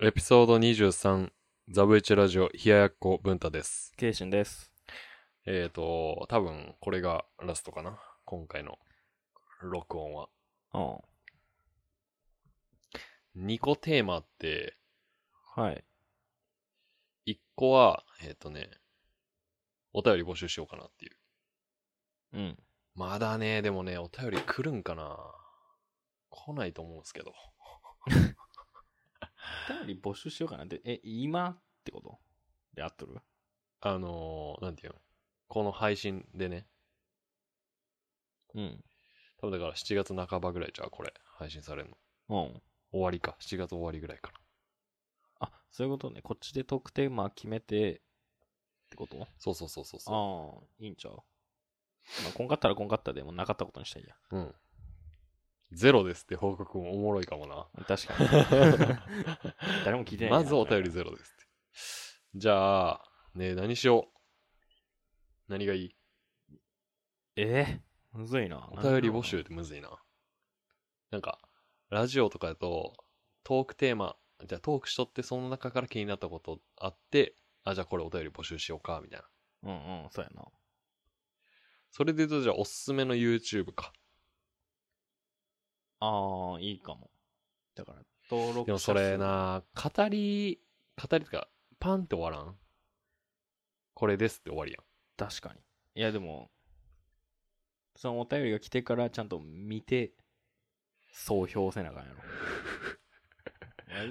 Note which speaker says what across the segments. Speaker 1: エピソード23、ザブイチラジオ、冷ややっこ文太です。
Speaker 2: ケイシンです。
Speaker 1: えっ、ー、と、多分これがラストかな。今回の録音は。
Speaker 2: うん。
Speaker 1: 2個テーマあって、
Speaker 2: はい。
Speaker 1: 1個は、えっ、ー、とね、お便り募集しようかなっていう。
Speaker 2: うん。
Speaker 1: まだね、でもね、お便り来るんかな来ないと思うんですけど。
Speaker 2: お便り募集しようかなって、え、今ってことで合っとる
Speaker 1: あのー、なんていうのこの配信でね、
Speaker 2: うん。
Speaker 1: 多分だから7月半ばぐらいじゃあこれ、配信されるの。
Speaker 2: うん。
Speaker 1: 終わりか。7月終わりぐらいかな。
Speaker 2: あ、そういうことね。こっちで特典まあ決めて、ってこと
Speaker 1: そうそうそうそうそう。
Speaker 2: ああ、いいんちゃうまあ、こんかったらこんかったでもうなかったことにしたいや。
Speaker 1: うん。ゼロですって報告もおもろいかもな。
Speaker 2: 確かに。 誰も聞いてないな。
Speaker 1: まずお便りゼロですって。じゃあ、ねえ何しよう。何がいい
Speaker 2: えーむずいな。
Speaker 1: お便り募集ってむずいな。なんか、ラジオとかだと、トークテーマ、じゃあトークしとってその中から気になったことあって、あ、じゃあこれお便り募集しようか、みたいな。
Speaker 2: うんうん、そうやな。
Speaker 1: それで言うと、じゃあおすすめの YouTube か。
Speaker 2: ああ、いいかも。だから、登録者数
Speaker 1: でもそれ。な、語り、語りとか、パンって終わらんこれですって終わりやん。
Speaker 2: 確かに。いや、でも、そのお便りが来てからちゃんと見て、総評せなあかんや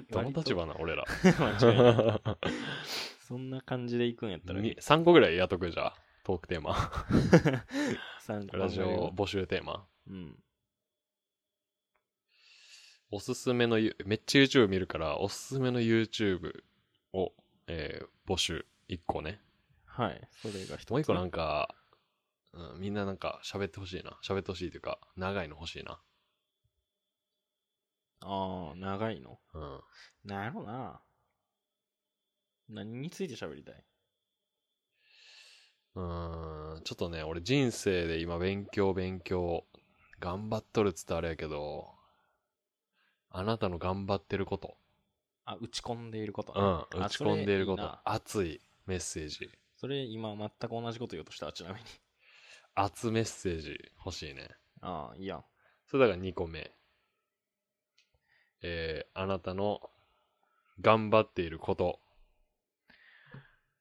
Speaker 2: ろ。
Speaker 1: どの立 場
Speaker 2: の
Speaker 1: な、俺ら。
Speaker 2: そんな感じでいくんやったら、
Speaker 1: に3個ぐらいやっとくじゃあトークテーマ
Speaker 2: 参考にな
Speaker 1: ラ
Speaker 2: る
Speaker 1: ジオ募集テーマ
Speaker 2: うん。
Speaker 1: おすすめのゆめっちゃ YouTube 見るからおすすめの YouTube を、えー募集1個ね
Speaker 2: はい。それが一つ。
Speaker 1: もう1個なんか、うん、みんななんか喋ってほしいな喋ってほしいというか長いの欲しいな
Speaker 2: ああ、長いの。
Speaker 1: うん
Speaker 2: なるほどな。何について喋りたいう
Speaker 1: ーんちょっとね俺人生で今勉強勉強頑張っとるっつってあれやけどあなたの頑張ってること、
Speaker 2: あ、打ち込んでいることね、
Speaker 1: うん、打
Speaker 2: あ
Speaker 1: ち込んでいるこ
Speaker 2: それいい
Speaker 1: と
Speaker 2: な
Speaker 1: 熱いメッセージ
Speaker 2: それ今全く同じこと言おうとした、ちなみに。
Speaker 1: 熱メッセージ欲しいね。
Speaker 2: ああ、いいやん。
Speaker 1: それだから2個目。えー、あなたの頑張っていること、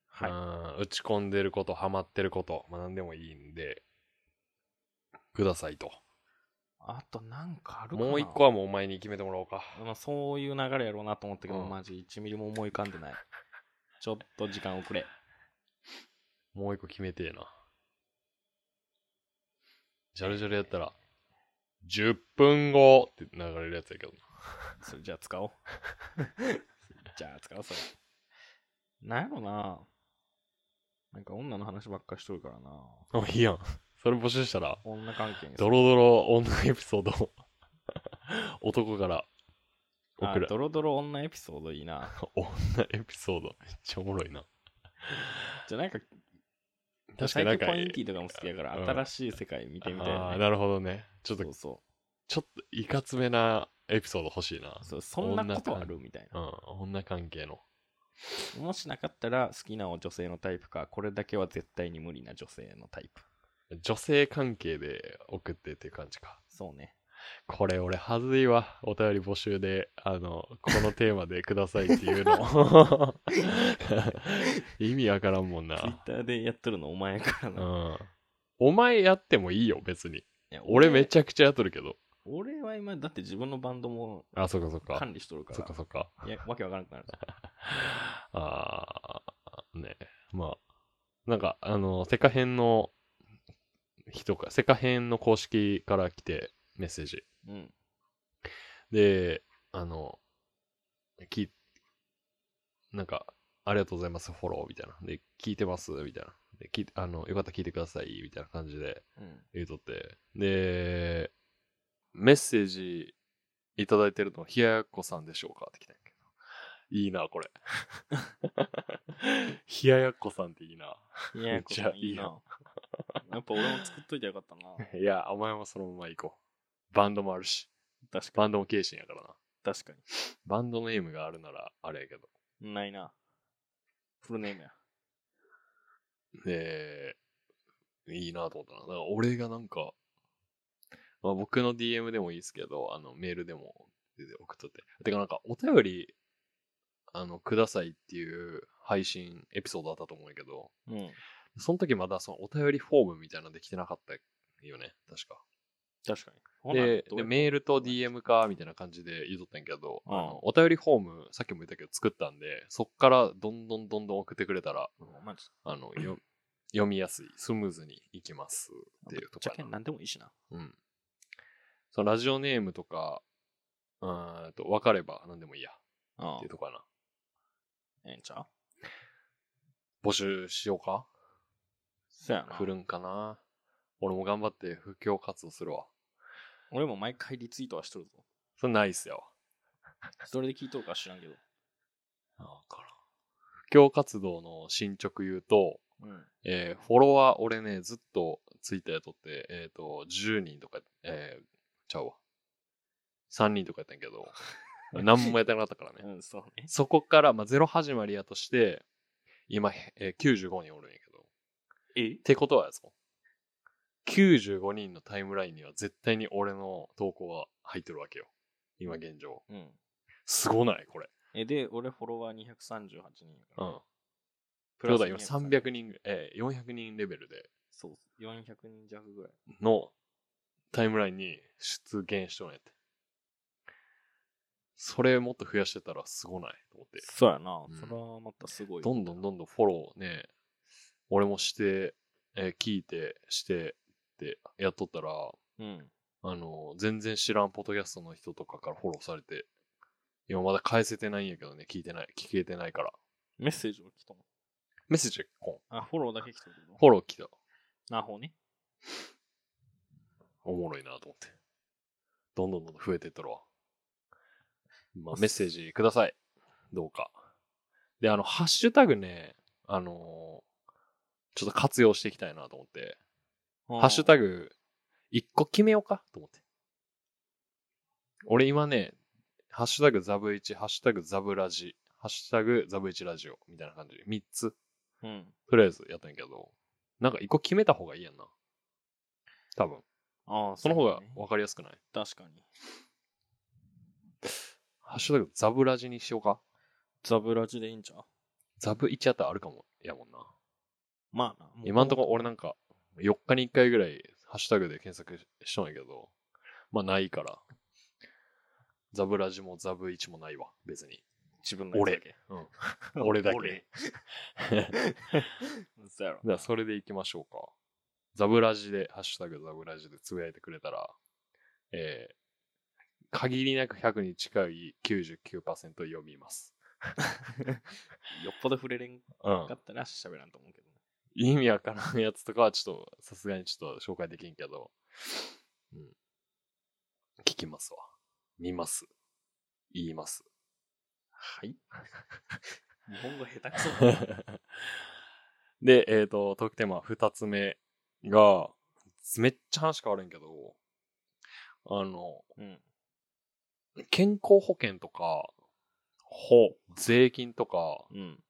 Speaker 2: はい。
Speaker 1: うん打ち込んでること、ハマってること、まあ、何でもいいんで、くださいと。
Speaker 2: あとなんかあるかな
Speaker 1: もう1個はもうお前に決めてもらおうか。
Speaker 2: まあ、そういう流れやろうなと思ったけど、
Speaker 1: うん
Speaker 2: マジ1ミリも思い浮かんでない。ちょっと時間遅れ。
Speaker 1: もう1個決めてえな。ジャルジャルやったら、10分後って流れるやつやけどな。
Speaker 2: それじゃあ 使おう。じゃあ使おう、それ。なんやろな。なんか女の話ばっかしとるからな。
Speaker 1: あ、いいやん。それ募集したら、
Speaker 2: 女関係に
Speaker 1: ドロドロ女エピソード を男から
Speaker 2: あ
Speaker 1: 送る
Speaker 2: ドロドロ女エピソードいいな。
Speaker 1: 女エピソードめっちゃおもろいな
Speaker 2: じゃあなんか、
Speaker 1: 確か
Speaker 2: 最
Speaker 1: になん
Speaker 2: 近
Speaker 1: か
Speaker 2: ポインティとかも好きやから、
Speaker 1: うん
Speaker 2: 新しい世界見てみたい
Speaker 1: あ
Speaker 2: な、
Speaker 1: ー
Speaker 2: ね。
Speaker 1: なるほどねちょっと
Speaker 2: そうそ
Speaker 1: ちょっといかつめなエピソード欲しいな
Speaker 2: う。そうそんなことあるみたいな。
Speaker 1: うん女関係の
Speaker 2: もしなかったら好きな女性のタイプか、これだけは絶対に無理な女性のタイプ。
Speaker 1: 女性関係で送ってっていう感じか
Speaker 2: そうね。
Speaker 1: これ俺はずいわお便り募集であのこのテーマでくださいっていう の意味わからんもん
Speaker 2: ツイッ
Speaker 1: な
Speaker 2: ターでやっとるのお前やから
Speaker 1: う
Speaker 2: な。い
Speaker 1: んお前やってもいいよ別に
Speaker 2: や
Speaker 1: 俺めちゃくちゃやっとるけど
Speaker 2: 俺は今、だって自分のバンドも
Speaker 1: あそっかそっか
Speaker 2: 管理しとるから。
Speaker 1: そっかそっか
Speaker 2: いや、わけわからなくなる。
Speaker 1: ああ、ねまあ、なんか、あの、セカ編の人か、セカ編の公式から来て、メッセージ。
Speaker 2: うん。
Speaker 1: で、あの、き、なんか、ありがとうございます、フォロー、みたいな。で、聞いてます、みたいな。で、聞いあの、よかったら聞いてください、みたいな感じで
Speaker 2: うん。
Speaker 1: 言うとって。で、メッセージいただいてるの、ひややっこさんでしょうかって来たんやけど。いいな、これ。ひややっこさんっていいな。
Speaker 2: いや、
Speaker 1: めっ
Speaker 2: こ
Speaker 1: ちゃ
Speaker 2: れいいな。
Speaker 1: いい
Speaker 2: やっぱ俺も作っといてよ かったな。
Speaker 1: いや、お前もそのまま行こう。バンドもあるし。
Speaker 2: 確か
Speaker 1: バンドも精神やからな。
Speaker 2: 確か
Speaker 1: バンドネームがあるなら、あれやけど。
Speaker 2: に。ないな。フルネームや。
Speaker 1: で、いいなと思ったな。だから俺がなんか、まあ、僕の DM でもいいですけど、あのメールでも送っとって。てかなんかお便り、あの、くださいっていう配信エピソードだったと思うんやけど、
Speaker 2: うん。
Speaker 1: その時まだそのお便りフォームみたいなのできてなかったよね、確か。
Speaker 2: 確かに。ほな
Speaker 1: で
Speaker 2: どう
Speaker 1: で
Speaker 2: や
Speaker 1: メールと DM かみたいな感じで言うとったんやけど、
Speaker 2: うん
Speaker 1: あのお便りフォームさっきも言ったけど作ったんでそっからどんどんどんどん送ってくれたら
Speaker 2: うんまあちょ
Speaker 1: あのよ読みやすいスムーズにいきますっていうと
Speaker 2: じゃ
Speaker 1: こ
Speaker 2: け
Speaker 1: ろ
Speaker 2: ん
Speaker 1: な、
Speaker 2: 何でもいいしな。
Speaker 1: うん、そのラジオネームとかうーんと分かれば何でもいいや
Speaker 2: うん
Speaker 1: っていうとこやな
Speaker 2: ええんちゃう
Speaker 1: 募集しようか
Speaker 2: そやな
Speaker 1: 振。るんかな俺も頑張って布教活動するわ
Speaker 2: 俺も毎回リツイートはしとるぞ。
Speaker 1: それないっすよ
Speaker 2: それで聞いとるか知らんけど。
Speaker 1: 分からん布教活動の進捗言うと
Speaker 2: うん。
Speaker 1: えーフォロワー、俺ね、ずっとツイッターやっとって、えっ、と、10人とか、えーちゃうわ。3人とかやったんやけど、何もやってなかったからね。
Speaker 2: うん、そうね。
Speaker 1: そこから、まあ、ゼロ始まりやとして、今、へえー95人おるんやけど。っ
Speaker 2: え
Speaker 1: てことはやぞ。95人のタイムラインには絶対に俺の投稿は入ってるわけよ。今現状。
Speaker 2: うん。
Speaker 1: すごないこれ。
Speaker 2: え、で、俺フォロワー238人やか
Speaker 1: う
Speaker 2: ら。
Speaker 1: ん。
Speaker 2: プ
Speaker 1: ちょ
Speaker 2: ラ
Speaker 1: う
Speaker 2: ス
Speaker 1: ど今
Speaker 2: 230
Speaker 1: 300人ぐ、えー400人レベルで
Speaker 2: そう、400人弱ぐらい。
Speaker 1: のタイムラインに出現しとんやって。それもっと増やしてたらすごないと思って。
Speaker 2: そうやな
Speaker 1: うん。
Speaker 2: それはまたすごい。
Speaker 1: どんどんどんどんフォローね、俺もして、えー聞いて、してってやっとったら、
Speaker 2: うん。
Speaker 1: あの、全然知らんポッドキャストの人とかからフォローされて、今まだ返せてないんやけどね、聞いてない、聞けてないから。
Speaker 2: メッセージを来たの。
Speaker 1: メッセージこん。
Speaker 2: あ、フォローだけ来たけど。
Speaker 1: フォロー来た。
Speaker 2: なるほどね。
Speaker 1: おもろいなと思って。どんどんどんどん増えてったら。まあ、メッセージください。どうか。で、あの、ハッシュタグね、あのーちょっと活用していきたいなと思って、ハッシュタ
Speaker 2: グ。
Speaker 1: グ、一個決めようかと思って。俺今ね、ハッシュタグザブイチ、ハッシュタグザブラジ、ハッシュタグザブイチラジオ、みたいな感じで、3つ、
Speaker 2: うん。
Speaker 1: とりあえずやったんやけど、なんか一個決めた方がいいやんな。多分。
Speaker 2: ああ、
Speaker 1: その方
Speaker 2: う
Speaker 1: が
Speaker 2: ね
Speaker 1: わかりやすくない
Speaker 2: 確かに。
Speaker 1: ハッシュタグザブラジにしようか。
Speaker 2: ザブラジでいいんちゃう
Speaker 1: ザブ1あったらあるかも、やもんな。
Speaker 2: まあな。もう
Speaker 1: 今んとこ俺なんか、4日に1回ぐらいハッシュタグで検索しとんやけど、まあないから。ザブラジもザブ1もないわ、別 に。
Speaker 2: 自分のやつだけ。
Speaker 1: うん。俺だけ。
Speaker 2: 俺
Speaker 1: だか
Speaker 2: そうやろ。
Speaker 1: らそれでいきましょうか。ザブラジで、ハッシュタグザブラジでつぶやいてくれたら、えー、限りなく100に近い99%読みます。
Speaker 2: よっぽど触れれん
Speaker 1: うん
Speaker 2: か。ったら喋らんと思うけどね。
Speaker 1: 意味わからんやつとかはちょっとさすがにちょっと紹介できんけど、うん、聞きますわ見ます言います
Speaker 2: はい。日本語下手くそだ な
Speaker 1: でえっ、とトークテーマ2つ目がめっちゃ話変わるんやけどあの
Speaker 2: うん。
Speaker 1: 健康保険とかほ税金とか
Speaker 2: うん。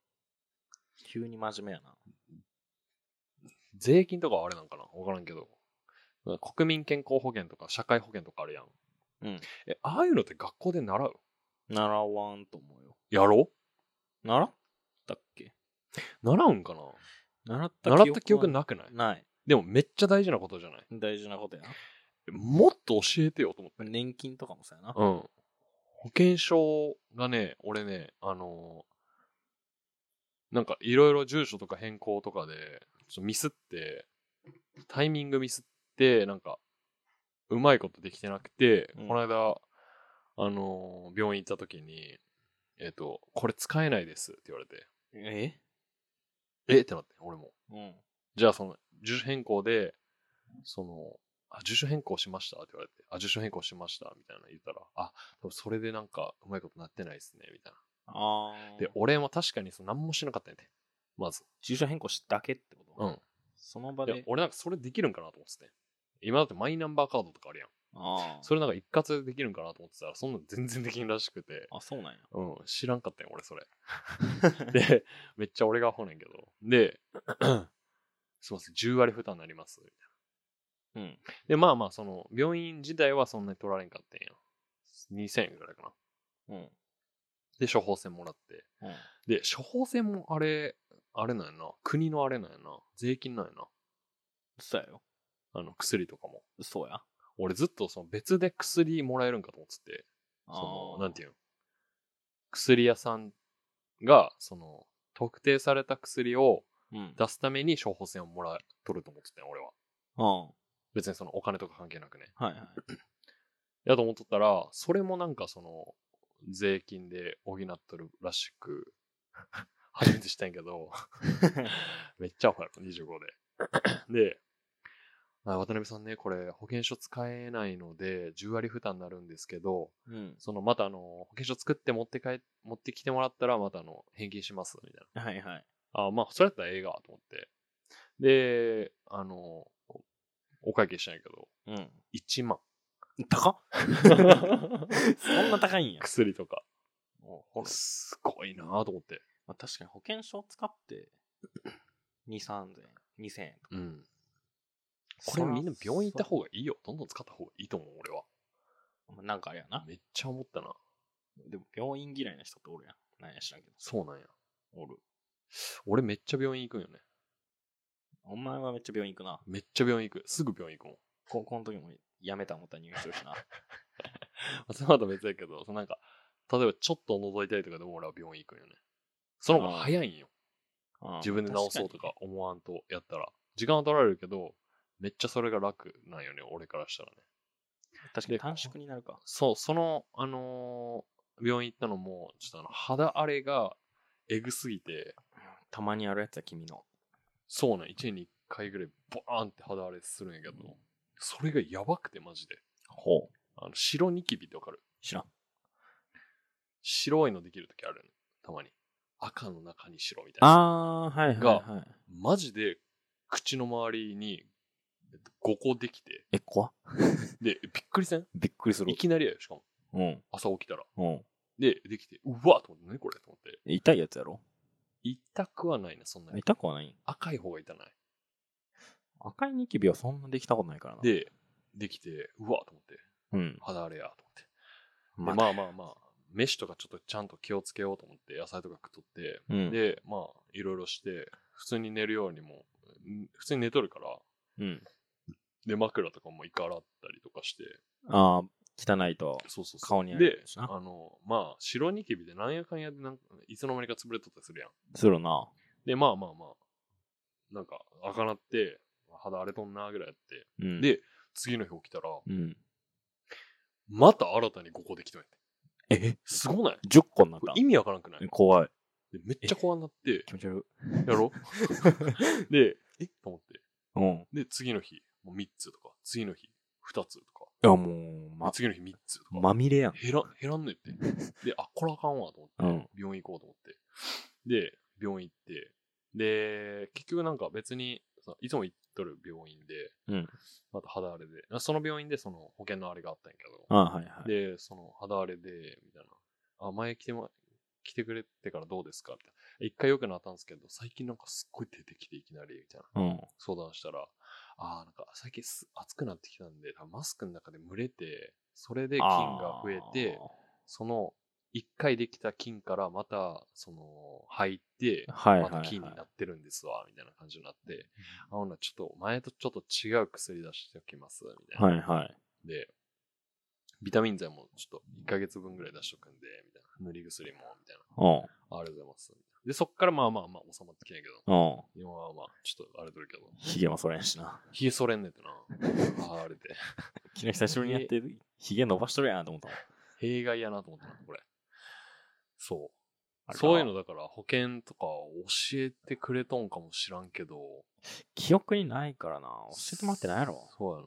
Speaker 2: 急に真面目やな。
Speaker 1: 税金とかはあれなんかなわからんけど国民健康保険とか社会保険とかあるやん
Speaker 2: うん。
Speaker 1: えああいうのって学校で習う
Speaker 2: 習わんと思うよ。
Speaker 1: やろう
Speaker 2: 習ったっけ
Speaker 1: 習うんかな
Speaker 2: 習った
Speaker 1: 習った記憶
Speaker 2: は
Speaker 1: なくない
Speaker 2: ない。
Speaker 1: でもめっちゃ大事なことじゃない
Speaker 2: 大事なことやな。
Speaker 1: もっと教えてよと思って。
Speaker 2: 年金とかもそうやな。
Speaker 1: うん。保険証がね、俺ね、あのーなんかいろいろ住所とか変更とかで、ちょっとミスって、タイミングミスって、なんか、うまいことできてなくて、
Speaker 2: うん
Speaker 1: この間、あのー病院行った時に、えっ、と、これ使えないですって言われて、
Speaker 2: え
Speaker 1: えってなって、俺も。
Speaker 2: うん。
Speaker 1: じゃあその、住所変更で、その、あ、住所変更しましたって言われて、あ、住所変更しましたみたいなの言ったら、あ、多分それでなんかうまいことなってないですね、みたい
Speaker 2: あ
Speaker 1: な。
Speaker 2: あ。
Speaker 1: で、俺も確かにその何もしなかったんやて。まず。
Speaker 2: 住所変更しただけってこと
Speaker 1: うん。
Speaker 2: その場
Speaker 1: いや
Speaker 2: で。
Speaker 1: 俺なんかそれできるんかなと思ってて。今だってマイナンバーカードとかあるやん。
Speaker 2: ああ。
Speaker 1: それなんか一括でできるんかなと思ってたら、そんなん全然できんらしくて、
Speaker 2: あ、そうなんや。
Speaker 1: うん、知らんかったよ、俺それ。で、めっちゃ俺がアホなんやけど。で、 すいません、10割負担になります。みたい
Speaker 2: うん。
Speaker 1: なで、まあまあ、その、病院自体はそんなに取られんかったんや。2000円ぐらいかな。
Speaker 2: うん。
Speaker 1: で、処方箋もらって。
Speaker 2: うん。
Speaker 1: で、処方箋もあれ、あれなんやな。国のあれなんやな。税金なんやな。
Speaker 2: 嘘やよ。
Speaker 1: あの、薬とかも。
Speaker 2: 嘘や。
Speaker 1: 俺ずっとその別で薬もらえるんかと思ってて。
Speaker 2: あ
Speaker 1: そ
Speaker 2: あ。
Speaker 1: の、なんて
Speaker 2: いう
Speaker 1: いうの薬屋さんが、その、特定された薬を
Speaker 2: うん。
Speaker 1: 出すために処方箋をもらえ、取ると思ってたよ、俺は。
Speaker 2: うん。は
Speaker 1: 別にそのお金とか関係なくね。
Speaker 2: いはい。
Speaker 1: やと思っとったら、それもなんかその、税金で補っとるらしく、 初めてしたんやけ ど、めっちゃアホやろ、25で。で、あ渡辺さんね、これ保険証使えないので、10割負担になるんですけど、
Speaker 2: うん。
Speaker 1: そのまたあの、保険証作って持って帰っ、持ってきてもらったらまたあの、返金します、みたいな。
Speaker 2: はいはい。
Speaker 1: あまあ、それやったらええが、と思って。で、あの、お会計したんやけど、
Speaker 2: うん。
Speaker 1: 1万。
Speaker 2: 高っそんな高いんや。
Speaker 1: 薬とか。
Speaker 2: ほら
Speaker 1: すごいなぁと思って。
Speaker 2: まあ、確かに保険証使って、2、3000円、2000円とか。
Speaker 1: うん。これみんな病院行った方がいいよ。どんどん使った方がいいと思う、俺は。
Speaker 2: が。なんかあれやな。
Speaker 1: めっちゃ思ったな。
Speaker 2: でも病院嫌いな人っておるやん。なんや知らんけど。
Speaker 1: そうなんや。
Speaker 2: おる。
Speaker 1: 俺めっちゃ病院行くんよね。
Speaker 2: お前はめっちゃ病院行くな。
Speaker 1: めっちゃ病院行く。すぐ病院行くもん。
Speaker 2: 高校の時も辞めた思ったら入院する しな。
Speaker 1: まあその後別やけど、そのなんか、例えばちょっと覗いたりとかでも俺は病院行くんよね。その方が早いんよ。
Speaker 2: うん
Speaker 1: 自分で治そうとか。思わんとやったら。時間は取られるけど、めっちゃそれが楽なんよね、俺からしたらね。
Speaker 2: 確かに確かに短縮になるか。
Speaker 1: そう、その、あのー病院行ったのも、ちょっとあの、肌荒れがえぐすぎて、
Speaker 2: たまにあるやつは君の。
Speaker 1: そうなん、1年に1回ぐらい、バーンって肌荒れするんやけど、それがやばくて、マジで。
Speaker 2: ほう。
Speaker 1: あの、白ニキビってわかる
Speaker 2: 知らん。
Speaker 1: 白いのできるときあるよね、たまに。赤の中に白みたいな。
Speaker 2: あー、はいはいいはい。
Speaker 1: マジで、口の周りに、えっと5個できて、
Speaker 2: え、怖
Speaker 1: で、びっくりせん
Speaker 2: びっくりす
Speaker 1: い。きなりやよ、しかも。
Speaker 2: うん。
Speaker 1: 朝起きたら。
Speaker 2: うん。
Speaker 1: で、できて、うわっと思って、何これと思って。
Speaker 2: 痛いやつやろ
Speaker 1: 痛くはないな、そんなに。
Speaker 2: 痛くはないん
Speaker 1: 赤い方が痛ない。
Speaker 2: 赤いニキビはそんなできたことないからな。、
Speaker 1: で、できて、うわと思って、
Speaker 2: うん。
Speaker 1: 肌荒れやと思って。で
Speaker 2: ま
Speaker 1: まあまあまあ、飯とかちょっとちゃんと気をつけようと思って、野菜とか食っとって、
Speaker 2: うん。
Speaker 1: で、まあ、いろいろして、普通に寝るようにも、ん普通に寝とるから、
Speaker 2: うん。
Speaker 1: で、枕とかも一回洗ったりとかして、
Speaker 2: あー、汚いと。
Speaker 1: そうそうそう。
Speaker 2: 顔にあ
Speaker 1: で
Speaker 2: るし、
Speaker 1: あ
Speaker 2: な
Speaker 1: の、まあ、白ニキビでなんやかんやでなんか、いつの間にか潰れとったりするやん。
Speaker 2: するな。
Speaker 1: で、まあまあまあ、なんか、赤なって、肌荒れとんなぐらいやって、
Speaker 2: うん。
Speaker 1: で次の日起きたら、
Speaker 2: うん。
Speaker 1: また新たに5個できたんやって。
Speaker 2: え
Speaker 1: すごない
Speaker 2: ?10 個になっ
Speaker 1: これ
Speaker 2: た
Speaker 1: 意味わからんくない
Speaker 2: え怖い。
Speaker 1: でめっちゃ怖になって、
Speaker 2: 気持ち悪い。
Speaker 1: やろ で、えと思って。
Speaker 2: うん。い
Speaker 1: で、次の日、もう3つとか、次の日、2つとか、
Speaker 2: や、もう、ま
Speaker 1: 次の日3つとか。
Speaker 2: まみれやん。
Speaker 1: 減ら、減らんねって。で、あ、これあかんわと思って、
Speaker 2: うん
Speaker 1: 病院行こうと思って。で、病院行って、で、結局なんか別に、そのいつも行っとる病院で、
Speaker 2: うん
Speaker 1: また肌荒れで、その病院でその保険のあれがあったんやけど、
Speaker 2: あはいはい。
Speaker 1: で、その肌荒れで、みたいな。あ、前来ても、来てくれてからどうですかみたいな。一回良くなったんですけど、最近なんかすっごい出てきていきなり、みたいな。
Speaker 2: うん。
Speaker 1: 相談したら、あーなんか最近す暑くなってきたんで、多分マスクの中で蒸れて、それで菌が増えて、その一回できた菌からまた、その、入って、
Speaker 2: あー、はい
Speaker 1: ま
Speaker 2: はい、
Speaker 1: た
Speaker 2: はい。
Speaker 1: 菌になってるんですわ、みたいな感じになって、あ、ほな、ちょっと前とちょっと違う薬出しておきます、みたいな。
Speaker 2: はいはい。
Speaker 1: で、ビタミン剤もちょっと1ヶ月分ぐらい出しとくんで、みたいな。塗り薬も、みたい
Speaker 2: うん。
Speaker 1: な。あありがとうございます。で、そっからまあまあまあ収まってきたんやけど、
Speaker 2: うん。
Speaker 1: 今はまあ、ちょっとあれとるけど、
Speaker 2: ヒゲもそれんしな。
Speaker 1: 冷えそれんねってな。あーあれで。
Speaker 2: 昨日久しぶりにやって、ヒゲ伸ばしとるやなと思ったもん
Speaker 1: 弊害やなと思ったな、これ。そ
Speaker 2: あ
Speaker 1: う。
Speaker 2: ら
Speaker 1: そういうのだから保険とか教えてくれとんかもしらんけど。
Speaker 2: 記憶にないからな。教えてもらってないやろ。
Speaker 1: そうや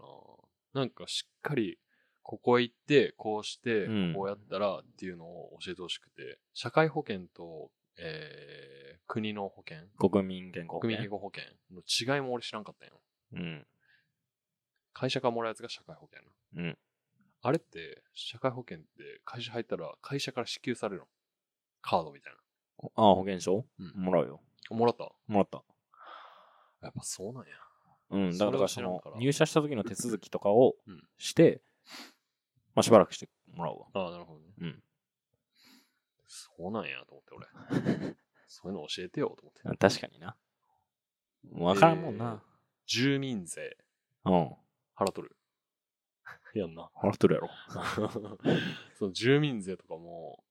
Speaker 1: な。なんかしっかり、ここへ行って、こうして
Speaker 2: うん、
Speaker 1: こうやったらっていうのを教えてほしくて、社会保険と、えー、国の保険、
Speaker 2: 国民健康保険。
Speaker 1: 国民健康保険の違いも俺知らんかったんよ。
Speaker 2: うん。
Speaker 1: 会社からもらうやつが社会保険な。
Speaker 2: うん
Speaker 1: あれって、社会保険って会社入ったら会社から支給されるのカードみたい
Speaker 2: ああ、保険証
Speaker 1: うん
Speaker 2: もらうよ。
Speaker 1: な。もらった
Speaker 2: もらった。
Speaker 1: やっぱそうなんや。
Speaker 2: うん、だ
Speaker 1: そ
Speaker 2: か
Speaker 1: れ
Speaker 2: ら
Speaker 1: は
Speaker 2: そ
Speaker 1: 知らん
Speaker 2: の
Speaker 1: から
Speaker 2: 入社した時の手続きとかを
Speaker 1: うん
Speaker 2: して、まあしばらくしてもらうわ。
Speaker 1: ああ、なるほどね。
Speaker 2: うん。
Speaker 1: そうなんやと思って俺。 そういうの教えてよと思って。
Speaker 2: 確かにな。わからんもんな。
Speaker 1: 住民税
Speaker 2: うん。
Speaker 1: 払っとる。 やんな。
Speaker 2: 払っとるやろ。
Speaker 1: その住民税とかも、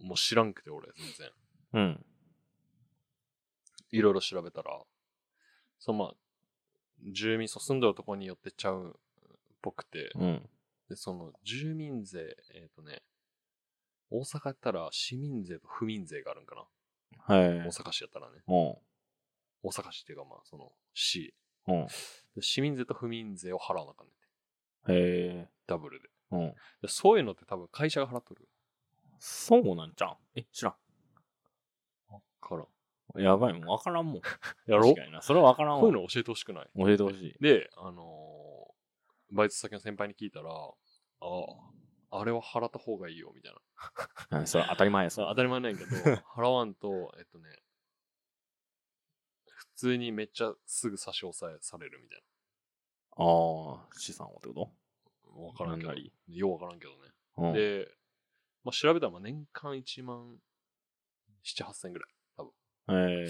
Speaker 1: もう知らんくて俺全然。
Speaker 2: うん。
Speaker 1: いろいろ調べたら、そのまあ、住民、そう住んでるとこによってちゃうっぽくて、
Speaker 2: うん。
Speaker 1: で、その住民税、えっ、とね、大阪やったら市民税と不民税があるんかな。
Speaker 2: はい。
Speaker 1: 大阪市やったらね。
Speaker 2: うん。
Speaker 1: 大阪市っていうかまあ、その市。
Speaker 2: うん。
Speaker 1: で市民税と不民税を払わなあかんねんて。
Speaker 2: へえ。
Speaker 1: ダブルで。
Speaker 2: うん。
Speaker 1: でそういうのって多分会社が払っとる。
Speaker 2: そうなんじゃん。え、知ら
Speaker 1: から。
Speaker 2: ん。やばい、もうわからんもん。
Speaker 1: やろ
Speaker 2: 確かにな。それはわからん
Speaker 1: こう
Speaker 2: わ。
Speaker 1: いうの教えてほしくない
Speaker 2: 教えてほしい。
Speaker 1: で、あのーバイト先の先輩に聞いたら、ああ、あれは払った方がいいよ、みたいな。
Speaker 2: うんそれ当たり前や、そ
Speaker 1: まあ
Speaker 2: れ
Speaker 1: 当。たり前なんやけ ど、払わんと、えっとね、普通にめっちゃすぐ差し押さえされるみたい
Speaker 2: ああ、資産をってこ
Speaker 1: な。わからんけど
Speaker 2: なんなり。
Speaker 1: ようわからんけどね。
Speaker 2: とうん。
Speaker 1: で、まあ、調べたらまあ年間1万7、8千ぐらい。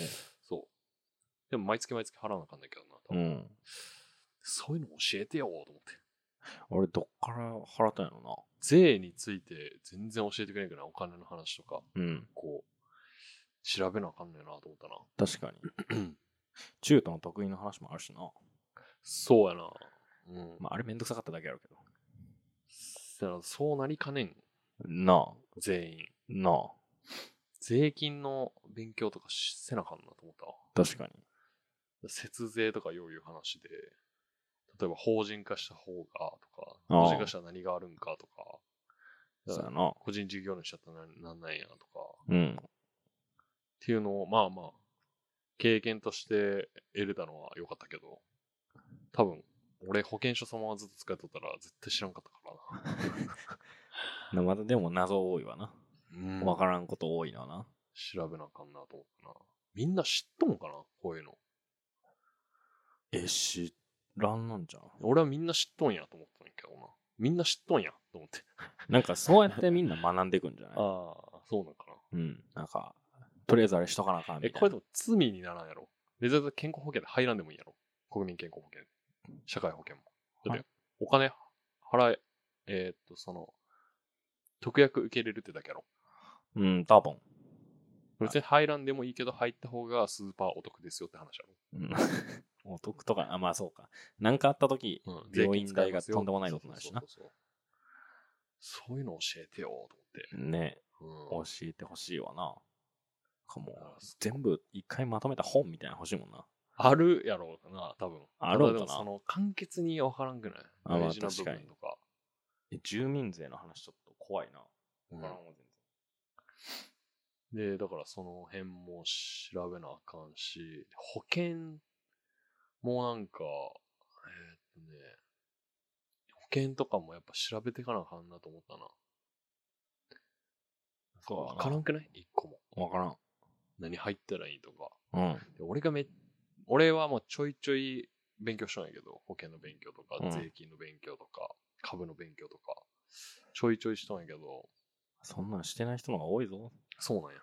Speaker 2: え
Speaker 1: そう。でも毎月毎月払わなあかんだけどな。多
Speaker 2: え。う
Speaker 1: 分
Speaker 2: ん。
Speaker 1: そういうの教えてよ、と思って。
Speaker 2: 俺、どっから払ったんやろ
Speaker 1: 税について全然教えてくれんくないお金の話とか。
Speaker 2: な。うん。
Speaker 1: こう、調べなあかんねえなと思ったな。
Speaker 2: 確か に。中途の得意の話もあるしな。
Speaker 1: そうやな。うん。
Speaker 2: まあ、あれめんどくさかっただけやろうけど。
Speaker 1: せやなそうなりかねん。
Speaker 2: なあ。
Speaker 1: 全員。
Speaker 2: なあ。
Speaker 1: 税金の勉強とかしせなあかんなと思ったわ。
Speaker 2: 確かに。
Speaker 1: 節税とかよういう話で、例えば法人化した方がとか、
Speaker 2: ああ
Speaker 1: 法人化したら何があるんかとか、だ
Speaker 2: そう
Speaker 1: か
Speaker 2: や
Speaker 1: ら
Speaker 2: な。
Speaker 1: 個人事業主だったらなんなんなんやとか、
Speaker 2: うん。
Speaker 1: っていうのを、まあまあ、経験として得れたのは良かったけど、多分、俺保険証そのままずっと使いとったら絶対知らんかったから
Speaker 2: なまだでも謎多いわな。
Speaker 1: な。
Speaker 2: わからんこと多いのはな。
Speaker 1: 調べなあかんなと思ったな。みんな知っとんかなこういうの。
Speaker 2: え、知らんなんじゃん。
Speaker 1: 俺はみんな知っとんやと思ったんやけどな。みんな知っとんやと思って。
Speaker 2: なんかそうやってみんな学んでいくんじゃない
Speaker 1: ああ、そうなんかな。
Speaker 2: うん。なんか、とりあえずあれしとかなあかんみた
Speaker 1: え、
Speaker 2: いな。
Speaker 1: これでも罪にならんやろ。別に健康保険で入らんでもいいやろ。国民健康保険。社会保険も。だって、お金払え、えーっと、その、特約受けれるってだけやろ。
Speaker 2: うん、多分。
Speaker 1: 別に入らんでもいいけど、入った方がスーパーお得ですよって話や
Speaker 2: うん。お得とか、あ、まあそうか。なんかあった時、
Speaker 1: ろ。うん
Speaker 2: 病院代がとんでもないことになるしな。
Speaker 1: そうそうそうそうそういうの教えてよ、と
Speaker 2: ね、
Speaker 1: 思
Speaker 2: 教
Speaker 1: って。
Speaker 2: えてほしいわな。かも
Speaker 1: あそう、
Speaker 2: 全部一回まとめた本みたいなの欲しいもんな。
Speaker 1: あるやろうな、多分。
Speaker 2: あるんか
Speaker 1: ただ
Speaker 2: な
Speaker 1: でもその、簡潔にわからんくない
Speaker 2: あまあ
Speaker 1: 大事な部
Speaker 2: 確か
Speaker 1: 分
Speaker 2: に
Speaker 1: とか。
Speaker 2: え住民税の話ちょっと怖いな。
Speaker 1: うん
Speaker 2: わからんわ全
Speaker 1: で、だからその辺も調べなあかんし、保険もなんか、えーっとね、保険とかもやっぱ調べていかなあかんなと思ったな。
Speaker 2: そうだな
Speaker 1: わからんくない一個も。
Speaker 2: 然わから
Speaker 1: 何入ったらいいとか。
Speaker 2: ん。うん。
Speaker 1: で俺がめ、俺はもうちょいちょい勉強したんやけど、保険の勉強と
Speaker 2: うん
Speaker 1: か、税金の勉強とか、株の勉強とか、ちょいちょいしたんやけど、
Speaker 2: そんなんしてない人の方が多いぞ。
Speaker 1: そうなんや。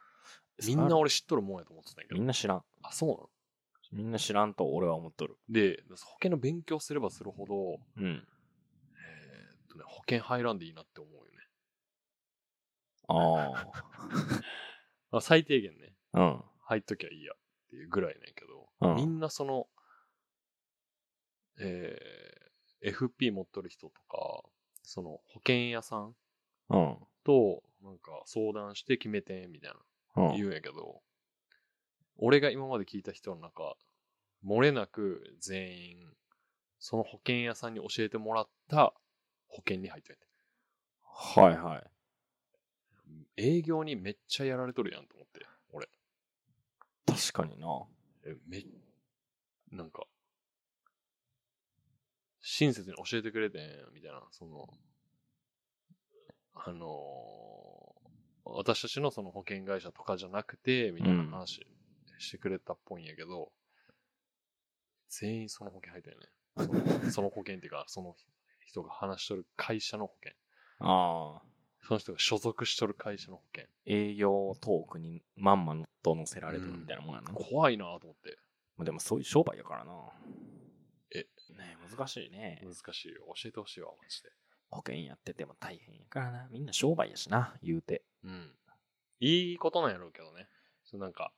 Speaker 1: みんな俺知っとるもんやと思ってたんやけ
Speaker 2: み
Speaker 1: ど
Speaker 2: ん。な知らん。
Speaker 1: あ、そうなの
Speaker 2: みんな知らんと俺は思っとる。
Speaker 1: で、保険の勉強すればするほど、
Speaker 2: うん。
Speaker 1: えーっとね、保険入らんでいいなって思うよね。
Speaker 2: あ
Speaker 1: あ最低限ね、
Speaker 2: あ。うん。
Speaker 1: 入っときゃいいやっていうぐらいなんやけど、
Speaker 2: うん
Speaker 1: みんなその、えー FP 持っとる人とか、その保険屋さん
Speaker 2: うん。
Speaker 1: と、なんか相談して決めて、みたい
Speaker 2: うん
Speaker 1: な、言うんやけど、俺が今まで聞いた人の中、漏れなく全員、その保険屋さんに教えてもらった保険に入ってる。
Speaker 2: はいはい。
Speaker 1: 営業にめっちゃやられとるやんと思って、俺。
Speaker 2: 確かにな。
Speaker 1: えめ、なんか、親切に教えてくれてん、みたいな、その、あのー私たちのその保険会社とかじゃなくて、みたいな話してくれたっぽいんやけど、全員その保険入ったよね。そのその保険っていうか、その人が話しとる会社の保険。
Speaker 2: ああ。
Speaker 1: その人が所属しとる会社の保険。
Speaker 2: 営業トークにまんまと乗せられてるみたいなもんやな。
Speaker 1: 怖いなと思って。
Speaker 2: まあでもそういう商売やからな。
Speaker 1: え
Speaker 2: ねえ難しいね。
Speaker 1: 難しいよ。教えてほしいわ、マジで。
Speaker 2: 保険やってても大変やからな。みんな商売やしな、言うて。
Speaker 1: うん。いいことなんやろうけどね。そうなんか、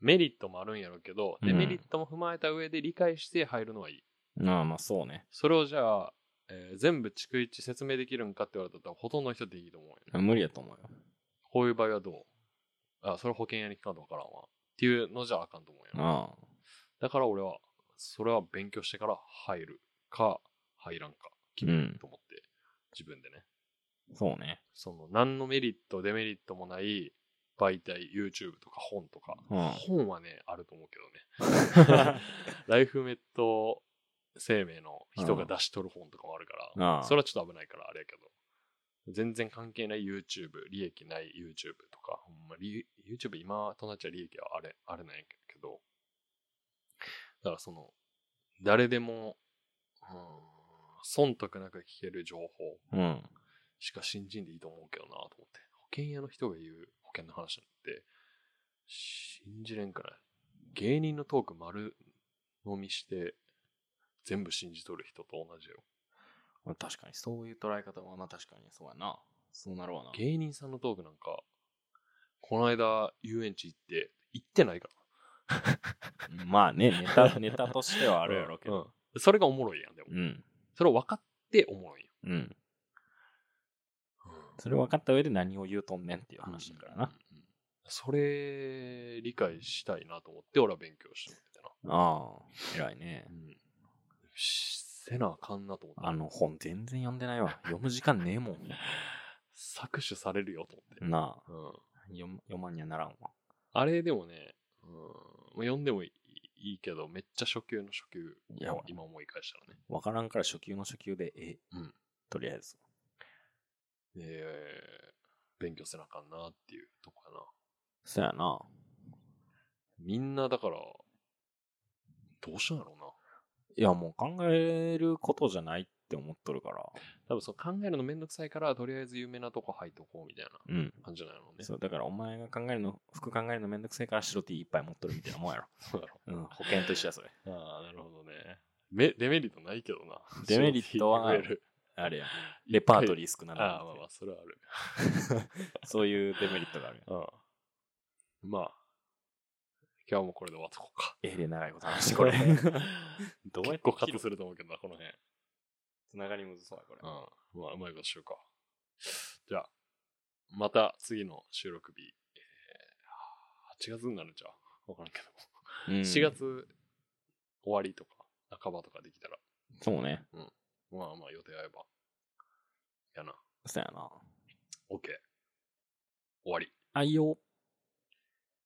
Speaker 1: メリットもあるんやろうけど、デ
Speaker 2: うん
Speaker 1: メリットも踏まえた上で理解して入るのはいい。
Speaker 2: ああ、まあそうね。
Speaker 1: それをじゃあ、えー全部逐一説明できるんかって言われたらほとんどの人でいいと思うよね。
Speaker 2: 無理やと思うよ。
Speaker 1: こういう場合はどうあ、それ保険屋に聞かんとわからんわ。っていうのじゃあかんと思うよ。
Speaker 2: ああ。
Speaker 1: だから俺は、それは勉強してから入るか、入らんか、決めると思って、自分でね。
Speaker 2: そうね。
Speaker 1: その、何のメリット、デメリットもない媒体、YouTube とか本とか。
Speaker 2: うん
Speaker 1: 本はね、あると思うけど ね。ライフメット生命の人が出しとる本とかもあるから、
Speaker 2: うん
Speaker 1: それはちょっと危ないからあれやけど、全然関係ない YouTube、利益ない YouTube とか、ほんま、り YouTube 今となっちゃ利益はあれ、あれなんやけど、だからその、誰でも、うん、損得なく聞ける情報
Speaker 2: うん。
Speaker 1: しか新人でいいと思うけどなと思って。保険屋の人が言う保険の話なんて、信じれんくない。芸人のトーク丸飲みして、全部信じとる人と同じよ。
Speaker 2: まあ確かに、そういう捉え方は、まあ確かにそうやな。そうなるわな。
Speaker 1: 芸人さんのトークなんか、この間遊園地行って、行ってないから。
Speaker 2: まあね、ネタ、 ネタとしてはあるやろうけ
Speaker 1: うん
Speaker 2: ど。。
Speaker 1: それがおもろいやん、でも。
Speaker 2: うん。
Speaker 1: それを分かっておもろいや
Speaker 2: うん。
Speaker 1: ん。
Speaker 2: それ分かった上で何を言うとんねんっていう話だからな。
Speaker 1: うん。うんそれ、理解したいなと思って、俺は勉強してたな。
Speaker 2: ああ。偉いね
Speaker 1: う。ん。しせなあかんなと思って。
Speaker 2: あの本全然読んでない わ。読む時間ねえもん。
Speaker 1: 搾取されるよと思って。
Speaker 2: なあ。
Speaker 1: うん。
Speaker 2: 読む読まんにはならんわ。
Speaker 1: あれでもね、うん、まあ読んでもいいいいけど、めっちゃ初級の初級
Speaker 2: い
Speaker 1: や
Speaker 2: や
Speaker 1: わ、今思い返したらね。
Speaker 2: わからんから初級の初級で、え、
Speaker 1: うん
Speaker 2: とりあえず。
Speaker 1: え勉強せなあかんなっていうとこかな。
Speaker 2: そやな。
Speaker 1: みんなだから、どうしたんやろうな。
Speaker 2: いや、もう考えることじゃないって思っとるから。
Speaker 1: 多分そう考えるのめんどくさいから、とりあえず有名なとこ入っとこうみたいな
Speaker 2: うん。
Speaker 1: 感じなのね。
Speaker 2: そう、だからお前が考えるの、服考えるのめんどくせえから白 T いっぱい持っとるみたいなもんやろ。
Speaker 1: そうだろ
Speaker 2: うん、保険と一緒や、それ。
Speaker 1: う。ああ、なるほどね。めデメリットないけどな。
Speaker 2: デメリットは
Speaker 1: 正直言える
Speaker 2: あれや。レパート
Speaker 1: リー。
Speaker 2: リー少な
Speaker 1: ああ、まあま
Speaker 2: い。
Speaker 1: あ、それはある。
Speaker 2: そういうデメリットがある やん。
Speaker 1: うん。まあ、今日もこれで終わっとこうか。
Speaker 2: えれ長いこと話して、これ。
Speaker 1: 結
Speaker 2: どうやって
Speaker 1: 構カットすると思うけどな、この辺。
Speaker 2: つながりむずそうや、これ。
Speaker 1: うん。まあ、うまいことしようか。じゃあ、また次の収録日、えー8月になるんちゃうわからんけど。
Speaker 2: うん
Speaker 1: 4。月終わりとか、半ばとかできたら、
Speaker 2: そうね。
Speaker 1: まあまあ予定合えば。やな。
Speaker 2: そうやな。
Speaker 1: OK。終わり。
Speaker 2: あいよ。